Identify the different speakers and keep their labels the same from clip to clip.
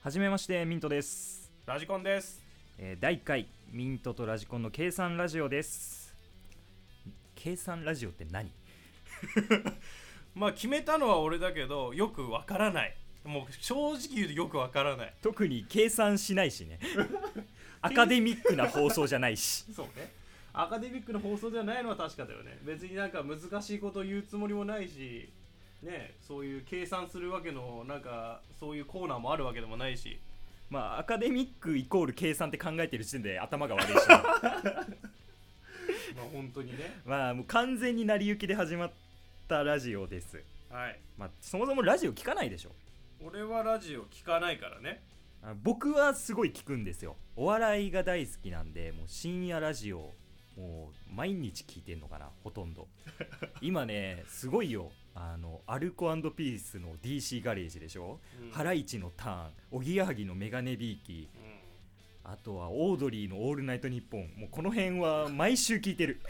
Speaker 1: はじめましてミントです、
Speaker 2: ラジコンです。
Speaker 1: えー第1回ミントとラジコンの計算ラジオです計算ラジオって何
Speaker 2: まあ決めたのは俺だけどよくわからない。もう正直言うとよくわからない。
Speaker 1: 特に計算しないしねアカデミックな放送じゃないし
Speaker 2: そうね。アカデミックの放送ではないのは確かだよね。別になんか難しいことを言うつもりもないし、ね、そういう計算するわけのなんかそういうコーナーもあるわけでもないし。
Speaker 1: まあアカデミックイコール計算って考えてる時点で頭が悪いし
Speaker 2: まあ本当にね。
Speaker 1: まあもう完全に成り行きで始まったラジオです
Speaker 2: はい。
Speaker 1: まあそもそもラジオ聞かないでしょ
Speaker 2: 俺はラジオ聞かないからね。
Speaker 1: あ僕はすごい聞くんですよお笑いが大好きなんでもう深夜ラジオもう毎日聞いてんのかなほとんど今ねすごいよあのアルコピースの DC ガレージでしょ、
Speaker 2: うん
Speaker 1: ハライチのターンおぎやはぎのメガネビーキあとはオードリーの「オールナイトニッポン」もうこの辺は毎週聞いてる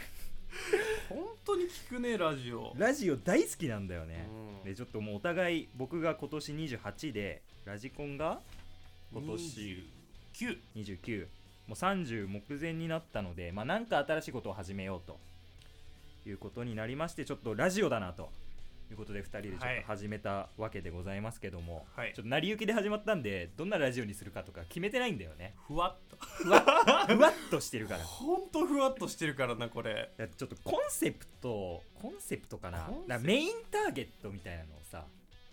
Speaker 2: 本当に聞くねラジオ。
Speaker 1: ラジオ大好きなんだよね、
Speaker 2: うん
Speaker 1: でちょっともうお互い僕が今年28でラジコンが今年
Speaker 2: 29
Speaker 1: 29もう30目前になったのでまあなんか新しいことを始めようということになりましてちょっとラジオだなということで2人でちょっ
Speaker 2: はい
Speaker 1: と始めたわけでございますけども、
Speaker 2: はい
Speaker 1: ちょっと成り行きで始まったんでどんなラジオにするかとか決めてないんだよ ね
Speaker 2: ふわっと。
Speaker 1: ふわっとしてるから
Speaker 2: ほんとふわっとしてるからなこれ。
Speaker 1: いやちょっとコンセプトコンセプトかな
Speaker 2: コンセプト
Speaker 1: だからメインターゲットみたいなのをさ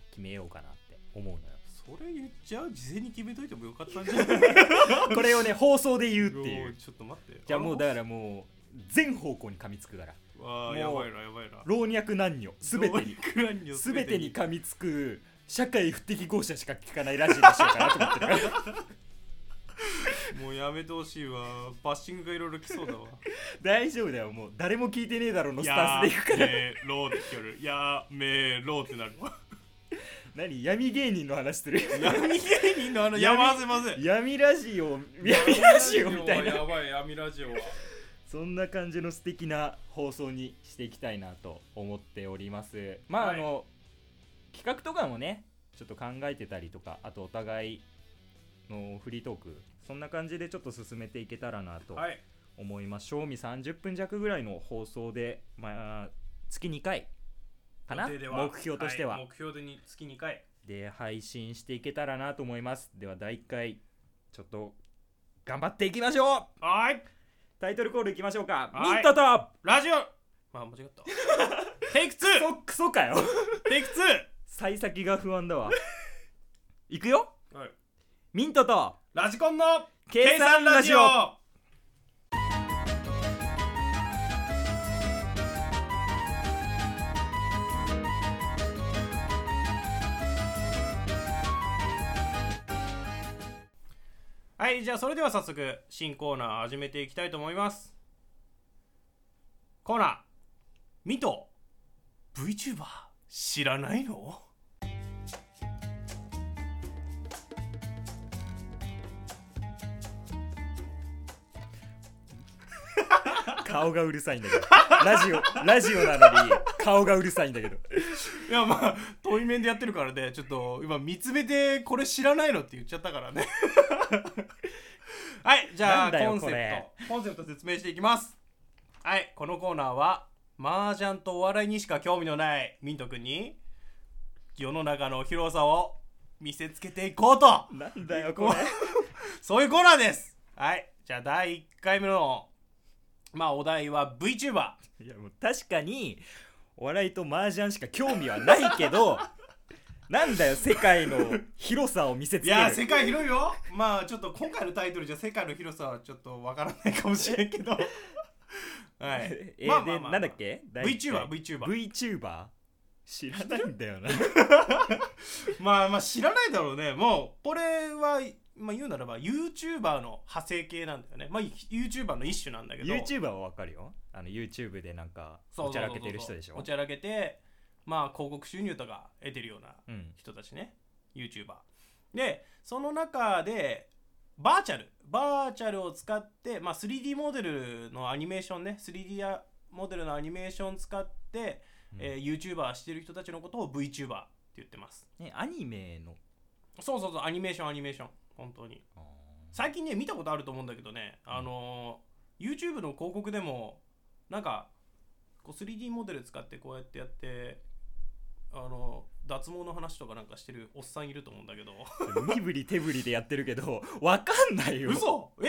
Speaker 1: 決めようかなって思うのよ
Speaker 2: それ言っちゃう事前に決めといてもよかったんじゃない
Speaker 1: これをね放送で言うっていう
Speaker 2: ちょっと待って
Speaker 1: じゃあもうだからもう全方向に噛みつくから
Speaker 2: あーやばいなやばいな
Speaker 1: 老若男女すべてにす
Speaker 2: す
Speaker 1: べ
Speaker 2: べ
Speaker 1: てに噛みつく社会不適合者しか聞かないラジオにしようかなと思ってるから
Speaker 2: もうやめてほしいわバッシングがいろいろ来そうだわ
Speaker 1: 大丈夫だよもう誰も聞いてねえだろうのスタンスでいくから
Speaker 2: やめろって聞こえるやめろってなるわ
Speaker 1: 何闇芸人の話する
Speaker 2: 闇芸人のあ の
Speaker 1: 闇
Speaker 2: やまずいまず い
Speaker 1: 闇ラジオ闇ラジオみたいな
Speaker 2: やばい闇ラジオは
Speaker 1: そんな感じの素敵な放送にしていきたいなと思っておりますまあ、
Speaker 2: はい
Speaker 1: あの企画とかもねちょっと考えてたりとかあとお互いのフリートークそんな感じでちょっと進めていけたらなと
Speaker 2: はい
Speaker 1: 思います、賞味30分弱ぐらいの放送でまあ月2回かな
Speaker 2: 予定では
Speaker 1: 目標としては、
Speaker 2: い目標でに月2回
Speaker 1: で配信していけたらなと思いますでは第1回ちょっと頑張っていきましょう
Speaker 2: はい
Speaker 1: タイトルコールいきましょうか、
Speaker 2: はい
Speaker 1: ミントと
Speaker 2: ラジオまあ間違 ったテイク2
Speaker 1: そクソかよ
Speaker 2: テイク
Speaker 1: 幸先が不安だわいくよ
Speaker 2: 2! はい
Speaker 1: ミントと
Speaker 2: ラジコンの
Speaker 1: 計算ラジオ
Speaker 2: はいじゃあそれでは早速新コーナー始めていきたいと思いますコーナー「ミト VTuber 知らないの?」
Speaker 1: 顔がうるさいんだけどラジオラジオなのに顔がうるさいんだけど
Speaker 2: いやまあ遠い面でやってるからねちょっと今見つめてこれ知らないのって言っちゃったからね はいじゃ
Speaker 1: な
Speaker 2: あ
Speaker 1: んだよ
Speaker 2: コンセ
Speaker 1: これ
Speaker 2: プトコンセプト説明していきますはいこのコーナーは麻雀とお笑いにしか興味のないミント君に世の中の広さを見せつけていこうと
Speaker 1: なんだよこれ
Speaker 2: そういうコーナーですはいじゃあ第1回目のまあお題は VTuber
Speaker 1: いやもう確かにお笑いと麻雀しか興味はないけ どなんだよ世界の広さを見せつ
Speaker 2: い
Speaker 1: ける
Speaker 2: やー世界広いよまあちょっと今回のタイトルじゃ世界の広さはちょっとわからないかもしれんけ どはい
Speaker 1: えー
Speaker 2: まあまあまあ
Speaker 1: で
Speaker 2: まあ
Speaker 1: なんだっけ第一回
Speaker 2: VTuberVTuber
Speaker 1: VTuber 知らないんだ よな
Speaker 2: まあまあ知らないだろうねもうこれは、まあ、言うならば YouTuber の派生系なんだよねまあ YouTuber の一種なんだけど
Speaker 1: YouTuber はわかるよあの YouTube でなんか
Speaker 2: そう
Speaker 1: おち
Speaker 2: そう
Speaker 1: ゃ
Speaker 2: そう
Speaker 1: ら
Speaker 2: そう
Speaker 1: けてる人でしょ
Speaker 2: おちゃらけてまあ広告収入とか得てるような
Speaker 1: うん
Speaker 2: 人たちね YouTuber でその中でバーチャルバーチャルを使って、まあ、3D モデルのアニメーションね 3D やモデルのアニメーション使って、えー YouTuber してる人たちのことを VTuber って言ってます
Speaker 1: ね、アニメの
Speaker 2: そうそうそうアニメーションアニメーション本当に
Speaker 1: あ
Speaker 2: 最近ね見たことあると思うんだけどね、あのー YouTube の広告でもなんかこう 3D モデル使ってこうやってやってあのー脱毛の話とかなんかしてるおっさんいると思うんだけど
Speaker 1: ー身振り手振りでやってるけど わかんないよ
Speaker 2: 嘘え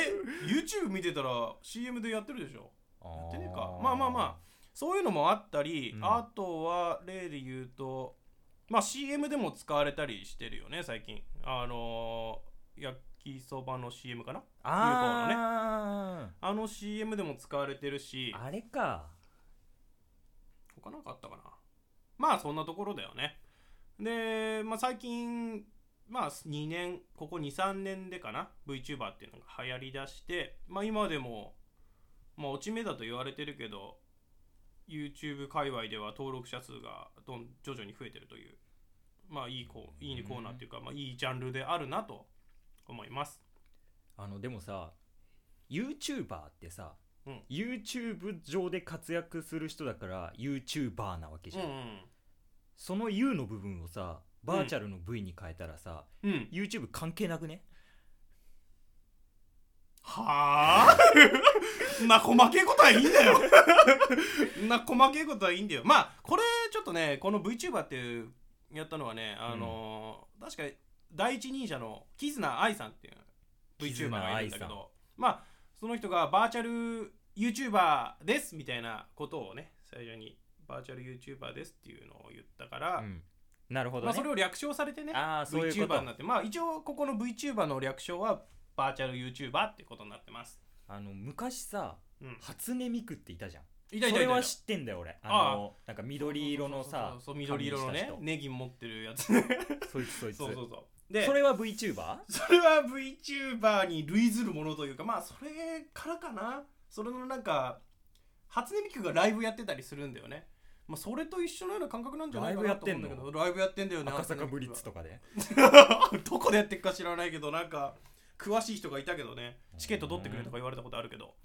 Speaker 2: YouTube 見てたら CM でやってるでしょ
Speaker 1: や
Speaker 2: やってねえかまあまあまそういうのもあったり、
Speaker 1: うん
Speaker 2: あとは例で言うとまあ CM でも使われたりしてるよね最近あのー焼きそばの CM かな
Speaker 1: あ
Speaker 2: あの CM でも使われてるし
Speaker 1: ー、あれか
Speaker 2: 他なんかあったかなまあそんなところだよねで、まあ、最近まあ2年ここ23年でかな VTuber っていうのが流行りだしてまあ今でもまあ落ち目だと言われてるけど YouTube 界隈では登録者数がどん徐々に増えてるというまあいいこういいコーナーっていうか、まあ、いいジャンルであるなと思います
Speaker 1: あのでもさ YouTuber ってさ、
Speaker 2: うん
Speaker 1: YouTube 上で活躍する人だから YouTuber なわけ
Speaker 2: う
Speaker 1: じ
Speaker 2: ん
Speaker 1: ゃん、その U の部分をさバーチャルの V に変えたらさ、
Speaker 2: うんうん
Speaker 1: YouTube 関係なくね
Speaker 2: はあ な細けいことはいいんだよ な細けいことはいいんだよまあこれちょっとねこの VTuber っていうやったのはねあのー確か第一人者のキズナアイさんっていう VTuber がいるんだけ
Speaker 1: 絆愛
Speaker 2: どまあその人がバーチャル YouTuber ですみたいなことをね最初にバーチャル YouTuber ですっていうのを言ったから、
Speaker 1: うんなるほど
Speaker 2: まあ、
Speaker 1: ね、
Speaker 2: それを略称されてね
Speaker 1: ああそういうこ
Speaker 2: VTuber
Speaker 1: と
Speaker 2: になってまあ一応ここの VTuber の略称はバーチャル YouTuber ってことになってます
Speaker 1: あの昔さ
Speaker 2: うん
Speaker 1: 初音ミクっていたじゃん
Speaker 2: いた
Speaker 1: そ
Speaker 2: いたいたいた
Speaker 1: れは知ってんだよ俺あのなんか緑色のさ
Speaker 2: そうそうそうそう緑色のね
Speaker 1: 髪し
Speaker 2: ネギ持ってるやつそう
Speaker 1: た人そいつそいつ
Speaker 2: そうそうでそ
Speaker 1: そ
Speaker 2: れ
Speaker 1: れは VTuber?
Speaker 2: は VTuber に類ずるものというかまあそれからかなそれのなんか初音ミクがライブやってたりするんだよねまあそれと一緒のような感覚なんじゃないかなと思うんだけどライブやってんだよね
Speaker 1: 赤坂ブリッツとかで
Speaker 2: どこでやってるか知らないけどなんか詳しい人がいたけどねチケット取ってくれとか言われたことあるけど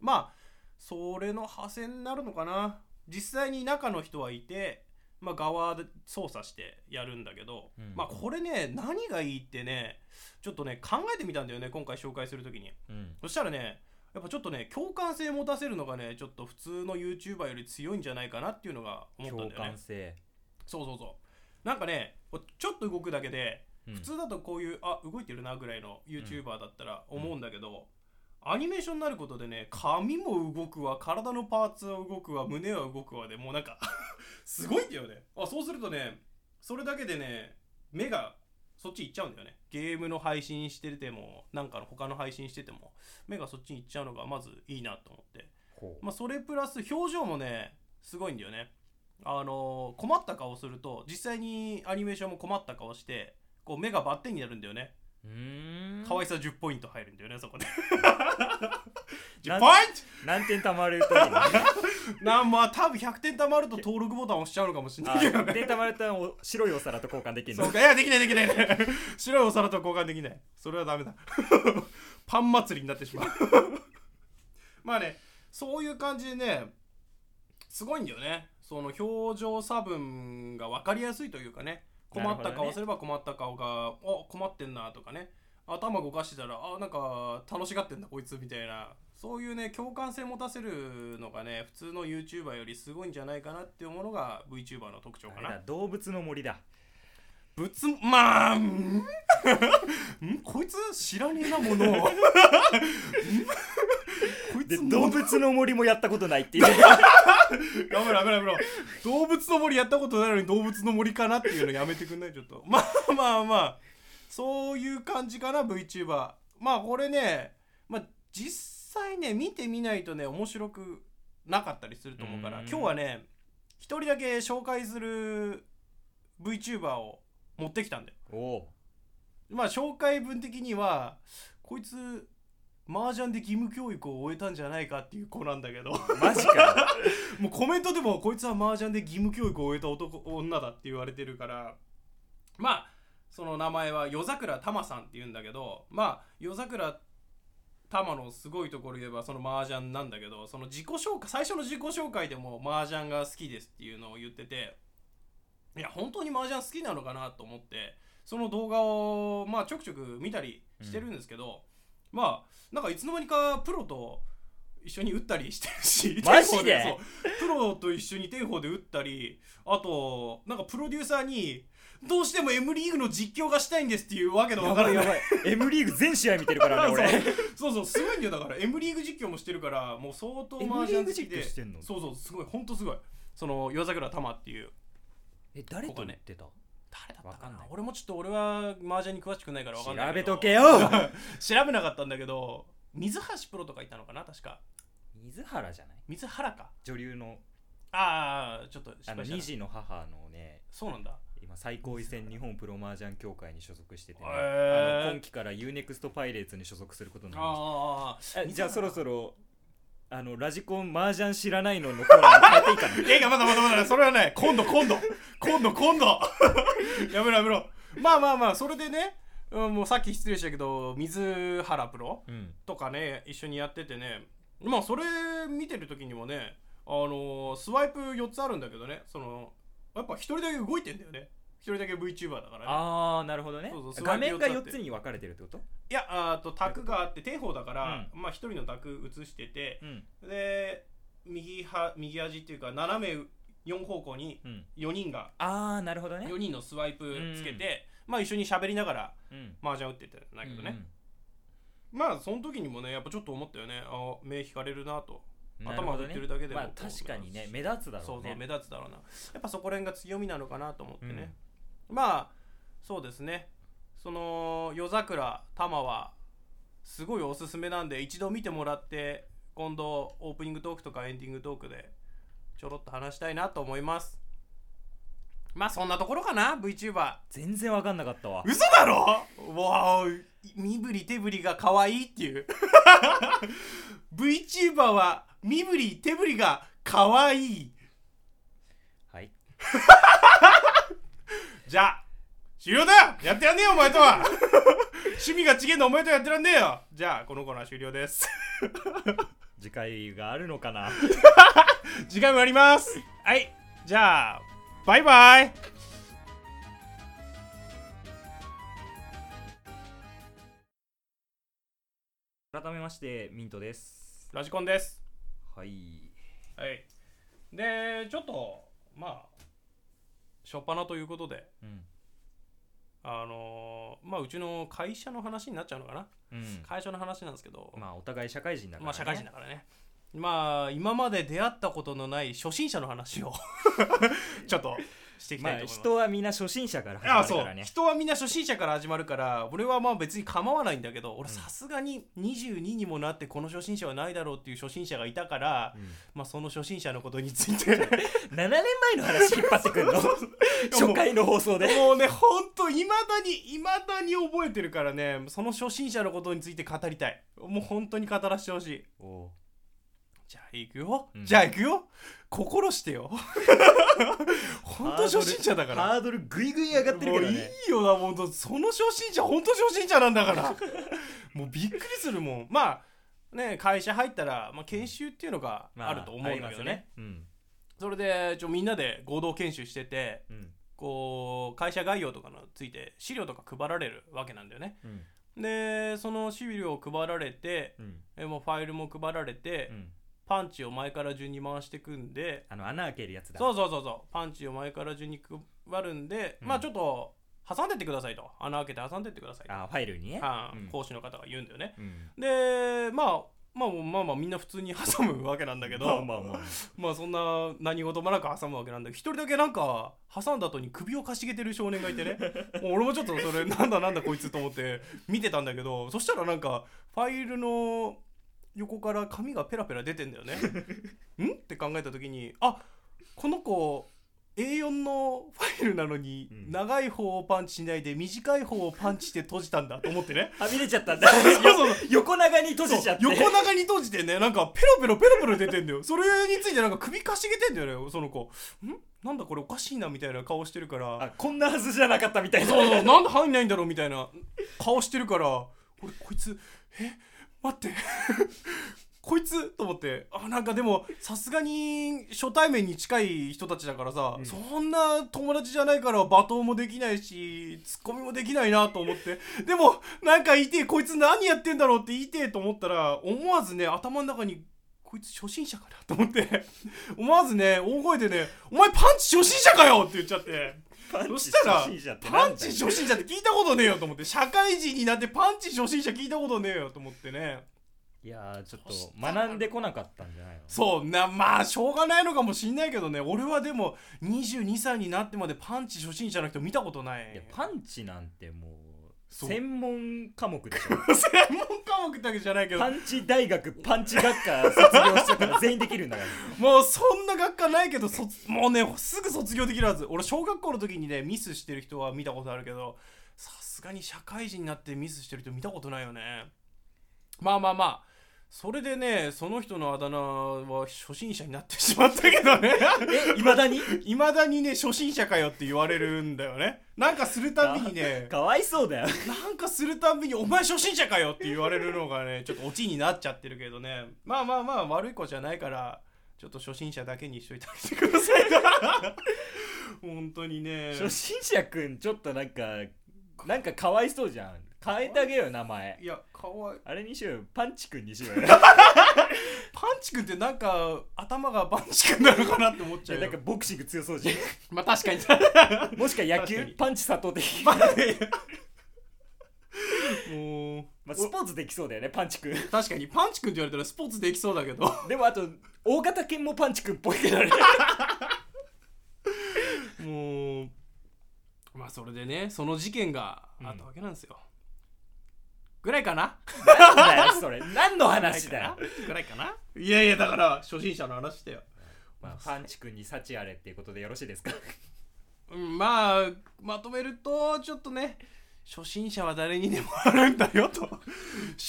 Speaker 2: まあそれの派生になるのかな実際に中の人はいて、まあ、側で操作してやるんだけど、
Speaker 1: うん
Speaker 2: まあこれね何がいいってねちょっとね考えてみたんだよね今回紹介する時に
Speaker 1: うん
Speaker 2: そしたらねやっぱちょっとね共感性持たせるのがねちょっと普通の YouTuber より強いんじゃないかなっていうのが思ったん
Speaker 1: 共
Speaker 2: だよね
Speaker 1: 感性
Speaker 2: そうそうそうなんかねこうちょっと動くだけで
Speaker 1: 普
Speaker 2: 普通だとこういうあ動いてるなぐらいの YouTuber だったら思うんだけど、アニメーションになることでね髪も動くわ体のパーツは動くわ胸は動くわでもうなんか すごいんだよねあそうするとねそれだけでね目がそっち行っちゃうんだよねゲームの配信しててもなんかの他の配信してても目がそっちに行っちゃうのがまずいいなと思って
Speaker 1: ほう
Speaker 2: まあ、それプラス表情もねすごいんだよねあのー困った顔すると実際にアニメーションも困った顔してこう目がバッテンになるんだよね
Speaker 1: うーん
Speaker 2: 可愛さ10ポイント入るんだよねそこで
Speaker 1: な
Speaker 2: 10
Speaker 1: ん
Speaker 2: ポイ
Speaker 1: 何点たまるといい ね
Speaker 2: ント なんまあ多分100点貯まると登録ボタン押しちゃうのかもしれないけど
Speaker 1: あ
Speaker 2: ね
Speaker 1: 点たまるとお白いお皿と交換できるの
Speaker 2: そうかいやできないできない できない白いお皿と交換できないそれはダメだ パン祭りになってしまう まあねそういう感じでねすごいんだよねその表情差分が分かりやすいというかね困
Speaker 1: な
Speaker 2: っ
Speaker 1: るほ
Speaker 2: た
Speaker 1: ど
Speaker 2: 顔
Speaker 1: ね
Speaker 2: すれば困った顔が、あ困ってんなとかね頭動かしてたらあなんか楽しがってんだこいつみたいなそういうね共感性持たせるのがね普通の YouTuber よりすごいんじゃないかなっていうものが VTuber の特徴
Speaker 1: あ
Speaker 2: か
Speaker 1: れ
Speaker 2: な
Speaker 1: だ動物の森だ
Speaker 2: ぶつまあんん こいつ知らねえなも のをんこい
Speaker 1: で
Speaker 2: つ
Speaker 1: 動
Speaker 2: も
Speaker 1: 物の森もやったことない っていう
Speaker 2: やめろやめろやめろ動物の森やったことないのに動物の森かなっていうのやめてくんないちょっとまあ まあまあそういう感じかな VTuber まあこれね、まあ、実際ね見てみないとね面白くなかったりすると思うから
Speaker 1: うん
Speaker 2: 今日はね一人だけ紹介する VTuber を持ってきたんだよ
Speaker 1: おお
Speaker 2: まあ紹介文的にはこいつ麻雀で義務教育を終えたんじゃないかっていう子なんだけど
Speaker 1: マジか
Speaker 2: もうコメントでもこいつは麻雀で義務教育を終えた男女だって言われてるからまあその名前は夜桜玉さんって言うんだけどまあ夜桜玉のすごいところ言えばその麻雀なんだけどその自己紹介最初の自己紹介でも麻雀が好きですっていうのを言ってていや本当に麻雀好きなのかなと思ってその動画を、まあ、ちょくちょく見たりしてるんですけど、まあなんかいつの間にかプロと一緒に打ったりして るし
Speaker 1: マジで
Speaker 2: そうプロと一緒に天保で打ったりあとなんかプロデューサーにどうしても M リーグの実況がしたいんですっていうわけのわ
Speaker 1: や
Speaker 2: か
Speaker 1: ば
Speaker 2: ら
Speaker 1: い
Speaker 2: な
Speaker 1: や
Speaker 2: い
Speaker 1: ばい M リーグ全試合見てるからね俺
Speaker 2: そうそうすごいんだよだから M リーグ実況もしてるからもう相当
Speaker 1: M
Speaker 2: マージ
Speaker 1: リ
Speaker 2: ャ
Speaker 1: ー
Speaker 2: ン
Speaker 1: グ
Speaker 2: 好き
Speaker 1: 実況
Speaker 2: で
Speaker 1: してんの
Speaker 2: そうそうすごいほんとすごいその夜桜玉っていう
Speaker 1: え誰と言ってた
Speaker 2: 誰だった
Speaker 1: わ
Speaker 2: か
Speaker 1: か
Speaker 2: なん
Speaker 1: ない
Speaker 2: 俺もちょっと俺は麻雀に詳しくないから分か
Speaker 1: 調
Speaker 2: んない
Speaker 1: べと
Speaker 2: ど
Speaker 1: けよ
Speaker 2: 調べなかったんだけど水橋プロとかいたのかな確か
Speaker 1: 水原じゃない
Speaker 2: 水原か
Speaker 1: 女流の
Speaker 2: ああちょっと失
Speaker 1: あの
Speaker 2: 敗したな
Speaker 1: 2児の母のね
Speaker 2: そうなんだ
Speaker 1: 今最高位戦日本プロ麻雀協会に所属してて、ね
Speaker 2: へー
Speaker 1: あの今期から UNEXT パイレーツに所属することになりまし
Speaker 2: あ
Speaker 1: た
Speaker 2: あ
Speaker 1: えじゃあそろそ
Speaker 2: ろ
Speaker 1: ろあのラジコン麻雀知らないののコーナー変えていいかな
Speaker 2: いやまだまだまだそれはない今度今度今度今度 やめろやめろまあまあまあそれでね、うん、もうさっき失礼したけど水原プロ
Speaker 1: うん
Speaker 2: とかね一緒にやっててねまあそれ見てる時にもねあのースワイプ4つあるんだけどねそのやっぱ一人だけ動いてんだよね一人だけ VTuber だからね
Speaker 1: ああなるほどね
Speaker 2: そうそう
Speaker 1: 画面が
Speaker 2: スワイ
Speaker 1: 4
Speaker 2: プ四つあって
Speaker 1: つに分かれてるってこと
Speaker 2: いやあーと卓があって天方だから、
Speaker 1: う
Speaker 2: まあ一人の卓映してて
Speaker 1: うん
Speaker 2: で右は右端っていうか斜め4方向に
Speaker 1: うん
Speaker 2: 4人が
Speaker 1: ああなるほどね
Speaker 2: 4人のスワイプつけて、まあ一緒に喋りながら
Speaker 1: うん
Speaker 2: 麻雀打ってたんだけどね、まあその時にもねやっぱちょっと思ったよねあ目引かれるなと
Speaker 1: うんうん
Speaker 2: 頭が振ってるだけでも
Speaker 1: なほどねまあ確かにね目立つだ
Speaker 2: そ
Speaker 1: ろ
Speaker 2: う
Speaker 1: う
Speaker 2: そう
Speaker 1: ね
Speaker 2: 目立つだろうなやっぱそこら辺が強みなのかなと思って
Speaker 1: うん
Speaker 2: ね、まあそうですねその夜桜玉はすごいおすすめなんで一度見てもらって今度オープニングトークとかエンディングトークでちょろっと話したいなと思いますまあそんなところかな VTuber
Speaker 1: 全然分かんなかったわ
Speaker 2: 嘘だろわあ身振り手振りが可愛いっていう VTuber は身振り手振りが可愛い
Speaker 1: はい
Speaker 2: じゃあ終了だやってやんねえよお前とは 趣味が違えのお前とやってらんねえよじゃあこのコーナー終了です
Speaker 1: 次回があるのかな
Speaker 2: 時間もありますはいじゃあバイバイ
Speaker 1: 改めましてミントです
Speaker 2: ラジコンです
Speaker 1: はい
Speaker 2: はいでちょっとまあ初っ端ということで
Speaker 1: うん
Speaker 2: あのーまあうちの会社の話になっちゃうのかな
Speaker 1: うん
Speaker 2: 会社の話なんですけど、ま
Speaker 1: まあお互い社会人だ
Speaker 2: あ
Speaker 1: から、ね、
Speaker 2: 社会人だからねまあ今まで出会ったことのない初心者の話を ちょっとしていき
Speaker 1: ま
Speaker 2: た
Speaker 1: あ
Speaker 2: いと思います、
Speaker 1: 人はみんな初心者から
Speaker 2: ああ
Speaker 1: 始
Speaker 2: そ
Speaker 1: ま
Speaker 2: う
Speaker 1: るからね
Speaker 2: 人はみんな初心者から始まるから俺はまあ別に構わないんだけど俺
Speaker 1: うん
Speaker 2: さすがに22にもなってこの初心者はないだろうっていう初心者がいたから、まあその初心者のことについ て
Speaker 1: うん、7年前の話引っ張ってくるの 初回の放送で
Speaker 2: もうねほんといまだにいまだに覚えてるからねその初心者のことについて語りたいもう本当に語らせてほしい
Speaker 1: お
Speaker 2: じゃあ行くよ、
Speaker 1: うん
Speaker 2: じゃあ行くよ心して よ本当初心者だから
Speaker 1: ハードルぐいぐい上がってるけど
Speaker 2: も
Speaker 1: ね
Speaker 2: ういいよなもうその初心者本当初心者なんだから もうびっくりするもんまあね会社入ったら、まあ、研修っていうのがあると思うんだけどね,、
Speaker 1: ありますよね
Speaker 2: それでちょみんなで合同研修してて
Speaker 1: うんうん
Speaker 2: こう会社概要とかのついて資料とか配られるわけなんだよね
Speaker 1: うん
Speaker 2: でその資料を配られて
Speaker 1: うん
Speaker 2: えもうファイルも配られて、
Speaker 1: うん
Speaker 2: パンチを前から順に回してくんで
Speaker 1: あの穴開けるやつだ
Speaker 2: そうそうそうそうパンチを前から順に配るんで、
Speaker 1: うん
Speaker 2: まあちょっと挟んでってくださいと穴開けて挟んでってくださいと
Speaker 1: あファイルにね
Speaker 2: あー
Speaker 1: うん
Speaker 2: 講師の方が言うんだよね
Speaker 1: うん
Speaker 2: でまあまあまあまあみんな普通に挟むわけなんだけど
Speaker 1: まあまあまあ
Speaker 2: まあそんな何事もなく挟むわけなんだけど一人だけなんか挟んだ後に首をかしげてる少年がいてね もう俺もちょっとそれなんだなんだこいつと思って見てたんだけどそしたらなんかファイルの横から髪がペラペラ出て んだよねんって考えた時にあこの子 A4 のファイルなのに
Speaker 1: うん
Speaker 2: 長い方をパンチしないで短い方をパンチして閉じたんだと思ってね
Speaker 1: はみ出ちゃったんだ
Speaker 2: そう
Speaker 1: 横長に閉じちゃって
Speaker 2: そう横長に閉じてねなんかペロペロペロペロ出てんだよそれについてなんか首かしげてんだよねその子んなんだこれおかしいなみたいな顔してるから
Speaker 1: あこんなはずじゃなかったみたいな
Speaker 2: そうそうなんで入んないんだろうみたいな顔してるから俺こいつえ待ってこ こいつと思ってあなんかでもさすがに初対面に近い人たちだからさ、
Speaker 1: うん
Speaker 2: そんな友達じゃないから罵倒もできないしツッコミもできないなと思ってでもなんか言いてえこいつ何やってんだろうって言いてえと思ったら思わずね頭の中にこいつ初心者かなと思って思わずね大声でね「お前パンチ初心者かよ!」って言っちゃって。
Speaker 1: パン
Speaker 2: そ
Speaker 1: チ
Speaker 2: したら
Speaker 1: 初心者ってなんだ
Speaker 2: パ
Speaker 1: よ
Speaker 2: ンチ初心者って聞いたことねえよと思って社会人になってパンチ初心者聞いたことねえよと思ってね
Speaker 1: いやーちょっと学んでこなかったんじゃないの
Speaker 2: そうなまあしょうがないのかもしんないけどね俺はでも22歳になってまでパンチ初心者の人見たことない
Speaker 1: いやパンチなんてもう
Speaker 2: そう
Speaker 1: 専門科目でし ょ
Speaker 2: 専門科目ってわけじゃないけど
Speaker 1: パンチ大学パンチ学科卒業してから全員できるんだ から
Speaker 2: もうそんな学科ないけど卒もうねすぐ卒業できるはず俺小学校の時にねミスしてる人は見たことあるけどさすがに社会人になってミスしてる人見たことないよねまあまあまあそれでねその人のあだ名は初心者になってしまったけどね
Speaker 1: いまだ に
Speaker 2: いまだにね初心者かよって言われるんだよねなんかするたびにね
Speaker 1: かわいそうだよ
Speaker 2: なんかするたんびに「お前初心者かよ」って言われるのがねちょっ とオチになっちゃってるけどねまあまあまあ悪い子じゃないからちょっと初心者だけにしといてあげてください 本当にね
Speaker 1: 初心者くんちょっとなんかなんかかわいそうじゃん変えてあげよう名前
Speaker 2: いやかわい
Speaker 1: あれにしようよパンチくんにしよ うよ
Speaker 2: パンチ君ってなんか頭がパンチ君なのかなって思っ
Speaker 1: い
Speaker 2: ちゃ
Speaker 1: や
Speaker 2: う
Speaker 1: なん
Speaker 2: よ
Speaker 1: かボクシング強そうじ
Speaker 2: まあ確かに
Speaker 1: ゃ んもしか野
Speaker 2: 確か
Speaker 1: 球
Speaker 2: に
Speaker 1: パンチ佐藤的
Speaker 2: まあねもう
Speaker 1: まあ、スポーツできそうだよねパンチくん
Speaker 2: 確かにパンチ君って言われたらスポーツできそうだけど
Speaker 1: でもあと大型犬もパンチくんっぽいけどね
Speaker 2: もうまあそれでねその事件があったわけなんですよ、ぐらいかな
Speaker 1: なんだよそれ何の話だよ
Speaker 2: ぐらいかないやいやだから初心者の話だよ、
Speaker 1: まあ、パンチ君に幸あれっていうことでよろしいですか
Speaker 2: うん、まあまとめるとちょっとね初心者は誰にでもあるんだよと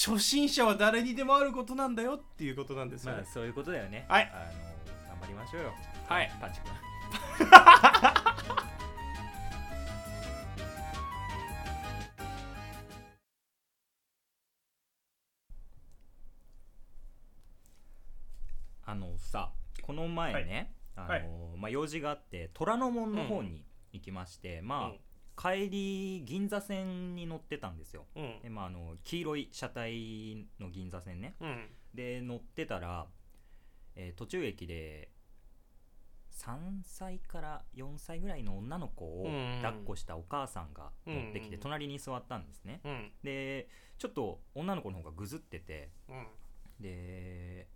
Speaker 2: 初心者は誰にでもあることなんだよっていうことなんですよ、
Speaker 1: ま
Speaker 2: ね
Speaker 1: あそういうことだよね
Speaker 2: はい
Speaker 1: あの頑張りましょうよ
Speaker 2: はい
Speaker 1: パンチ君 あのさこの前ね、
Speaker 2: はい
Speaker 1: あのまあ、用事があって虎ノ門の方に行きまして、まあ、帰り銀座線に乗ってたんですよ
Speaker 2: うん
Speaker 1: で、まあ、あの黄色い車体の銀座線ね
Speaker 2: うん
Speaker 1: で乗ってたら、えー途中駅で3歳から4歳ぐらいの女の子を
Speaker 2: うん
Speaker 1: 抱っこしたお母さんが乗ってき
Speaker 2: うんう
Speaker 1: て
Speaker 2: ん
Speaker 1: 隣に座ったんですね
Speaker 2: うん
Speaker 1: でちょっと女の子の方がぐずってて
Speaker 2: うん
Speaker 1: で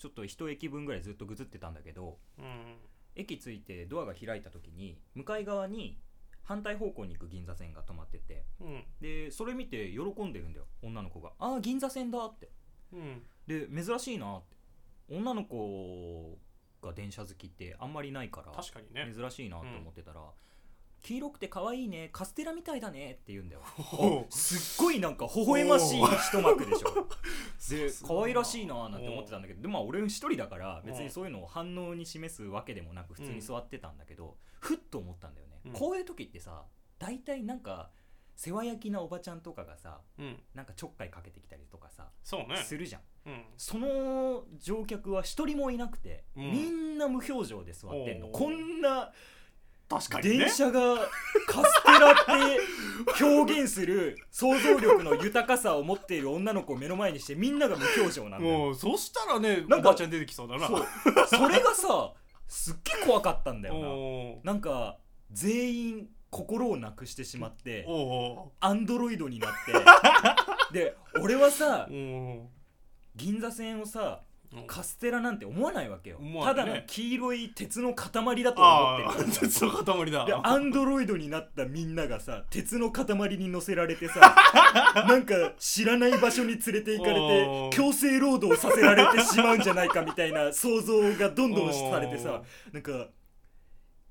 Speaker 1: ちょっと一駅分ぐらいずっとぐずってたんだけど
Speaker 2: うん
Speaker 1: 駅着いてドアが開いた時に向かい側に反対方向に行く銀座線が止まってて
Speaker 2: うん
Speaker 1: でそれ見て喜んでるんだよ女の子が「ああ銀座線だ」って
Speaker 2: うん
Speaker 1: で珍しいなって女の子が電車好きってあんまりないから
Speaker 2: 確かにね
Speaker 1: 珍しいなと思ってたら、黄色くて可愛いねカステラみたいだねって言うんだよ
Speaker 2: おう
Speaker 1: すっごいなんか微笑ましい一幕でし ょで
Speaker 2: さすがだ
Speaker 1: 可愛らしいななんて思ってたんだけどでまあ俺一人だから別にそういうのを反応に示すわけでもなく普通に座ってたんだけど、ふっと思ったんだよね、
Speaker 2: うん
Speaker 1: こういう時ってさ大体なんか世話焼きなおばちゃんとかがさ
Speaker 2: うん
Speaker 1: なんかちょっかいかけてきたりとかさ、
Speaker 2: そうね
Speaker 1: するじゃん
Speaker 2: うん
Speaker 1: その乗客は一人もいなくて、
Speaker 2: うん
Speaker 1: みんな無表情で座ってんの
Speaker 2: おー
Speaker 1: こんな
Speaker 2: 確かにね
Speaker 1: 電車がカステラって表現する想像力の豊かさを持っている女の子を目の前にしてみんなが無表情なんだよ
Speaker 2: もうそしたらね
Speaker 1: なんか
Speaker 2: おばあちゃん出てきそうだな
Speaker 1: そうそれがさすっげえ怖かったんだよ
Speaker 2: お
Speaker 1: ななんか全員心をなくしてしまって
Speaker 2: おお
Speaker 1: アンドロイドになって で俺はさ
Speaker 2: おお
Speaker 1: 銀座線をさカステラなんて思わないわけよ、
Speaker 2: 思
Speaker 1: た
Speaker 2: わな
Speaker 1: だ
Speaker 2: いね
Speaker 1: の黄色い鉄の塊だと
Speaker 2: あ
Speaker 1: 思っ
Speaker 2: あ
Speaker 1: てる
Speaker 2: 鉄の塊だ
Speaker 1: でアンドロイドになったみんながさ鉄の塊に乗せられてさ なんか知らない場所に連れて行かれ
Speaker 2: お
Speaker 1: て
Speaker 2: ー
Speaker 1: 強制労働させられてしまうんじゃないかみたいな想像がどんどんされてさなんか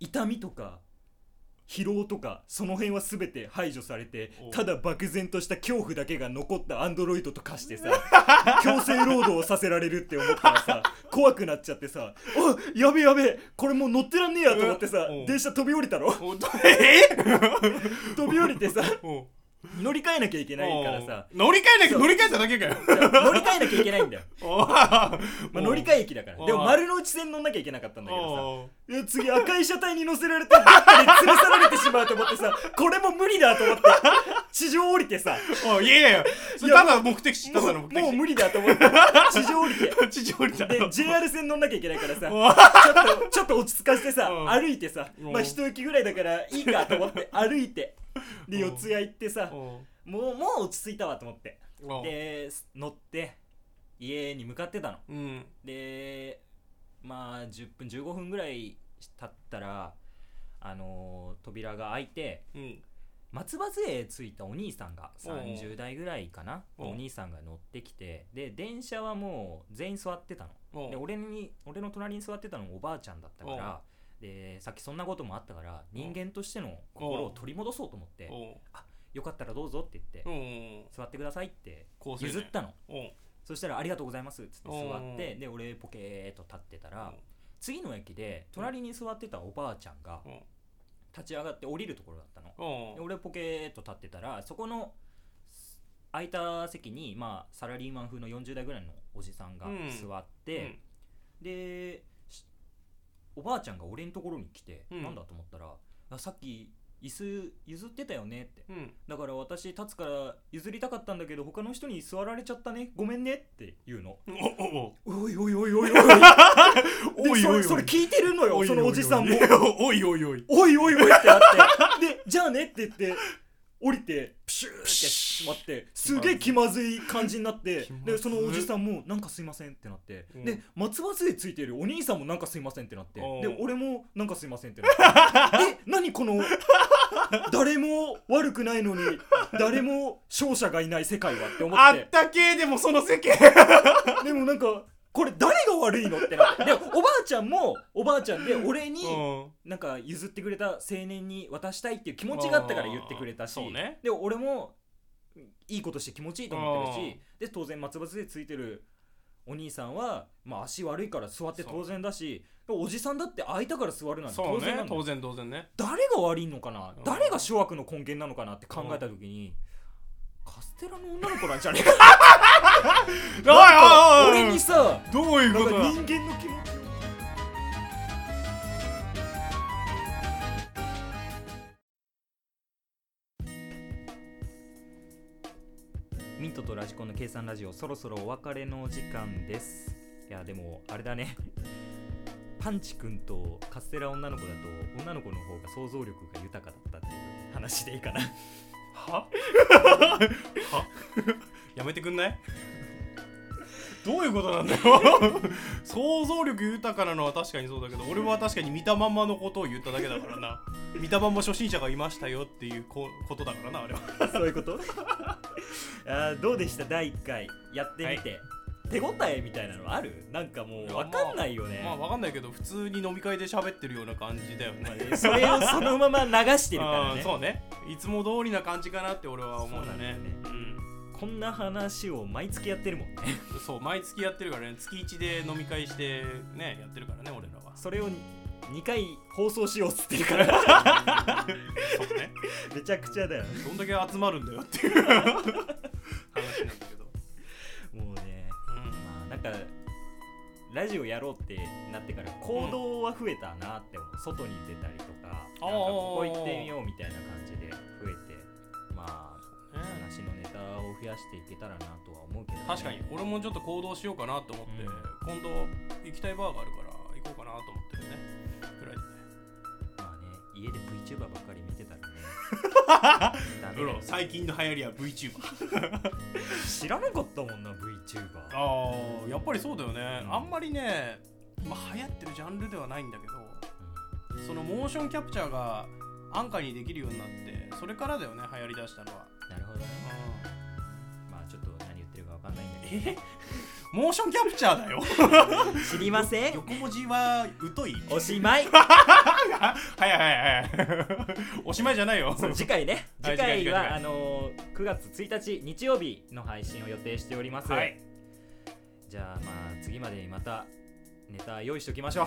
Speaker 1: 痛みとか疲労とかその辺は全て排除されて
Speaker 2: おー
Speaker 1: ただ漠然とした恐怖だけが残ったアンドロイドと化して さ強制労働をさせられるって思ったらさ怖くなっちゃってさ「あやべやべこれもう乗ってらんねえや」と思ってさ
Speaker 2: うん
Speaker 1: 電車飛び降りたろ
Speaker 2: おおえ
Speaker 1: 飛び降りてさ
Speaker 2: お
Speaker 1: 乗り換えなきゃいけないからさ
Speaker 2: おう乗り換えなき
Speaker 1: そ
Speaker 2: ゃ
Speaker 1: う
Speaker 2: 乗り換えただけかよ
Speaker 1: 乗り換えなきゃいけないんだよ、
Speaker 2: おうま
Speaker 1: まあ、乗り換え駅だか
Speaker 2: お
Speaker 1: ら
Speaker 2: う
Speaker 1: でも丸の内線乗んなきゃいけなかったんだけどさ
Speaker 2: おう
Speaker 1: いや次赤い車体に乗せられてバッタに吊るされてしまうと思ってさこれも無理だと思って地上降りてさ
Speaker 2: おういやいやいやそれただの目的地た
Speaker 1: も
Speaker 2: だ
Speaker 1: うも
Speaker 2: の目
Speaker 1: う
Speaker 2: 的
Speaker 1: 無理だと思って地上降りて
Speaker 2: 地地上降りた
Speaker 1: で JR 線乗んなきゃいけないからさ
Speaker 2: おう
Speaker 1: ちょっとちょっと落ち着かせてさ
Speaker 2: うん
Speaker 1: 歩いてさ
Speaker 2: うん
Speaker 1: まあ一息ぐらいだからいいかと思って歩いてで
Speaker 2: うん
Speaker 1: 四ツ谷行ってさ
Speaker 2: おう
Speaker 1: もうもう落ち着いたわと思って
Speaker 2: おう
Speaker 1: で乗って家に向かってたの
Speaker 2: うん
Speaker 1: でまあ10分15分ぐらい経ったらあのー扉が開いて
Speaker 2: うん
Speaker 1: 松葉杖ついたお兄さんが
Speaker 2: おう
Speaker 1: 30代ぐらいかな
Speaker 2: お
Speaker 1: お
Speaker 2: う
Speaker 1: 兄さんが乗ってきてで電車はもう全員座ってたの
Speaker 2: おう
Speaker 1: で俺に俺の隣に座ってたのもおばあちゃんだったか
Speaker 2: おう
Speaker 1: らでさっきそんなこともあったから人間としての心を取り戻そうと思って
Speaker 2: おう
Speaker 1: よかったらどうぞって言って
Speaker 2: おう
Speaker 1: 座ってくださいって
Speaker 2: 構成
Speaker 1: 譲ったの
Speaker 2: おう
Speaker 1: そしたらありがとうございますっつって座っ
Speaker 2: おう
Speaker 1: てで俺ポケーっと立ってたら
Speaker 2: おう
Speaker 1: 次の駅で隣に座ってたおばあちゃんが
Speaker 2: うん
Speaker 1: 立ち上がって降りるところだったの
Speaker 2: お
Speaker 1: で
Speaker 2: う
Speaker 1: 俺ポケーっと立ってたらそこの空いた席に、まあ、サラリーマン風の40代ぐらいのおじさんが
Speaker 2: うん
Speaker 1: 座って、でしおばあちゃんが俺のところに来て、
Speaker 2: うん
Speaker 1: なんだと思ったらあさっき椅子譲ってたよねって
Speaker 2: うんうん
Speaker 1: だから私立つから譲りたかったんだけど他の人に座られちゃったねごめんねって言うの
Speaker 2: おうおう
Speaker 1: おいおいおいおいおい
Speaker 2: おいお
Speaker 1: で
Speaker 2: い
Speaker 1: そ
Speaker 2: お
Speaker 1: れ
Speaker 2: い
Speaker 1: それ聞いてるのよ
Speaker 2: おい
Speaker 1: そのおじさんも
Speaker 2: おいおいおい
Speaker 1: おいおいおいってなってでじゃあねって言って降りてプシューってしまってすげえ気まずい感じになって
Speaker 2: 気まずい
Speaker 1: でそのおじさんも「なんかすいません」ってなって、
Speaker 2: うん
Speaker 1: で松葉杖ついているお兄さんも「なんかすいません」ってなって
Speaker 2: おう
Speaker 1: で俺も「なんかすいません」ってなってえ何この誰も悪くないのに誰も勝者がいない世界はって思
Speaker 2: あ
Speaker 1: っ
Speaker 2: ってたけでもその世間
Speaker 1: でもなんかこれ誰が悪いのってなってでおばあちゃんもおばあちゃんで俺に
Speaker 2: うん
Speaker 1: なんか譲ってくれた青年に渡したいっていう気持ちがあったから言ってくれたし
Speaker 2: あーそうね
Speaker 1: で俺もいいことして気持ちいいと思ってるし
Speaker 2: あ
Speaker 1: で当然松葉杖ついてるお兄さんは、まあ、足悪いから座って当然だしおじさんだって空いたから座るなんて
Speaker 2: そ
Speaker 1: 当
Speaker 2: う
Speaker 1: 然な
Speaker 2: ね
Speaker 1: んだ、
Speaker 2: 当然当然ね
Speaker 1: 誰が悪いのかな、
Speaker 2: うん
Speaker 1: 誰が諸悪の根源なのかなって考えた時に、カステラの女の子なんじゃねえ か
Speaker 2: あ
Speaker 1: 俺にさ
Speaker 2: どう
Speaker 1: な
Speaker 2: いうんこ
Speaker 1: か
Speaker 2: とだ
Speaker 1: 人間の気持ちをミントとラジコンの計算ラジオそろそろお別れの時間ですいやでもあれだね パンチくんとカステラ女の子だと女の子の方が想像力が豊かだったっていう話でいいかな
Speaker 2: ははやめてくんない どういうこと なんだよ想像力豊かなのは確かにそうだけど俺は確かに見たまんまのことを言っただけだからな見たまんま初心者がいましたよっていうこことだからなあれは
Speaker 1: そういうことあーどうでした第1回やってみて、手応えみたいなのあるなんかもう分かんないよね、
Speaker 2: まあわかんないけど普通に飲み会で喋ってるような感じだよね
Speaker 1: でそれをそのまま流してるから
Speaker 2: あー
Speaker 1: ね
Speaker 2: そうねいつも通りな感じかなって俺は思うんだね
Speaker 1: そうこんな話を毎月やってるもんね
Speaker 2: うんそう毎月やってるからね月1で飲み会してねやってるからね俺らは
Speaker 1: それを2回放送しようっつってるから
Speaker 2: そうね
Speaker 1: めちゃくちゃだよ
Speaker 2: どんだけ集まるんだよっていう話なんだけど、
Speaker 1: もうね
Speaker 2: うん、
Speaker 1: まあなんかラジオやろうってなってから行動は増えたなって思う、外に出たりとかなんか
Speaker 2: あー
Speaker 1: ここ行ってみようみたいな感じで増えてまあ話のネタを増やしていけたらなとは思うけどね、
Speaker 2: 確かに俺もちょっと行動しようかなと思って、
Speaker 1: うん
Speaker 2: 今度行きたいバーがあるから行こうかなと思ってるねぐらいでね
Speaker 1: まあね家で VTuber ばっかり見てたらね ダメだよ
Speaker 2: 最近の流行りは VTuber
Speaker 1: 知らなかったもんな VTuber
Speaker 2: ああやっぱりそうだよね、
Speaker 1: うん
Speaker 2: あんまりね、まあ、流行ってるジャンルではないんだけどそのモーションキャプチャーが安価にできるようになってそれからだよね流行りだしたのは、
Speaker 1: なるほどねまあちょっと何言ってるかわかんないんだけ
Speaker 2: えモーションキャプチャーだよ
Speaker 1: ど知りません
Speaker 2: 横文字は疎い
Speaker 1: おしまい
Speaker 2: はいはい はいはいおしまいじゃないよ
Speaker 1: そう次回ね
Speaker 2: は
Speaker 1: 次
Speaker 2: い次回
Speaker 1: 回は、
Speaker 2: 次
Speaker 1: あ
Speaker 2: 回
Speaker 1: のー9月1日日曜日の配信を予定しております、
Speaker 2: はい
Speaker 1: じゃあまあ次までにまたネタ用意しておきましょ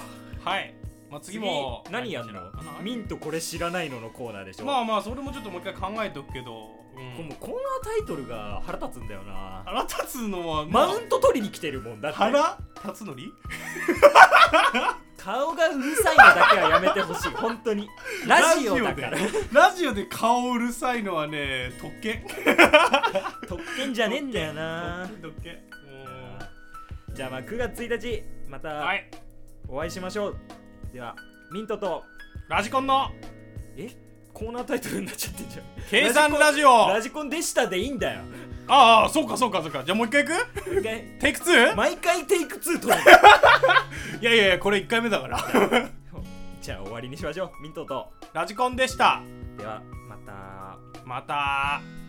Speaker 1: う
Speaker 2: はいまあ、次も
Speaker 1: 次何やんの
Speaker 2: かな
Speaker 1: ミントこれ知らないののコーナーでしょ、
Speaker 2: まあまあそれもちょっともう一回考えとくけど、
Speaker 1: このコーナータイトルが腹立つんだよな
Speaker 2: 腹立つのは
Speaker 1: マウント取りに来てるもんだって
Speaker 2: 腹立つのり
Speaker 1: 顔がうるさいのだけはやめてほ しい本当にラジオだから
Speaker 2: ラジオでラジオで顔うるさいのはね特権
Speaker 1: 特権じゃねえんだよな
Speaker 2: 特権特権うん
Speaker 1: じゃあまあ9月1日ま
Speaker 2: は
Speaker 1: た
Speaker 2: い
Speaker 1: お会いしましょう、ではミントと
Speaker 2: ラジコンの
Speaker 1: えコーナータイトルになっちゃってんじゃん
Speaker 2: 計算ラジオ
Speaker 1: ラジコンでしたでいいんだよ
Speaker 2: ああそうかそうかそうかじゃあもう一回いく
Speaker 1: もう一回
Speaker 2: テイク 2?
Speaker 1: 毎回テイク2取る
Speaker 2: いやいやいやこれ1回目だから
Speaker 1: じゃあ終わりにしましょうミントと
Speaker 2: ラジコンでした
Speaker 1: ではまた
Speaker 2: また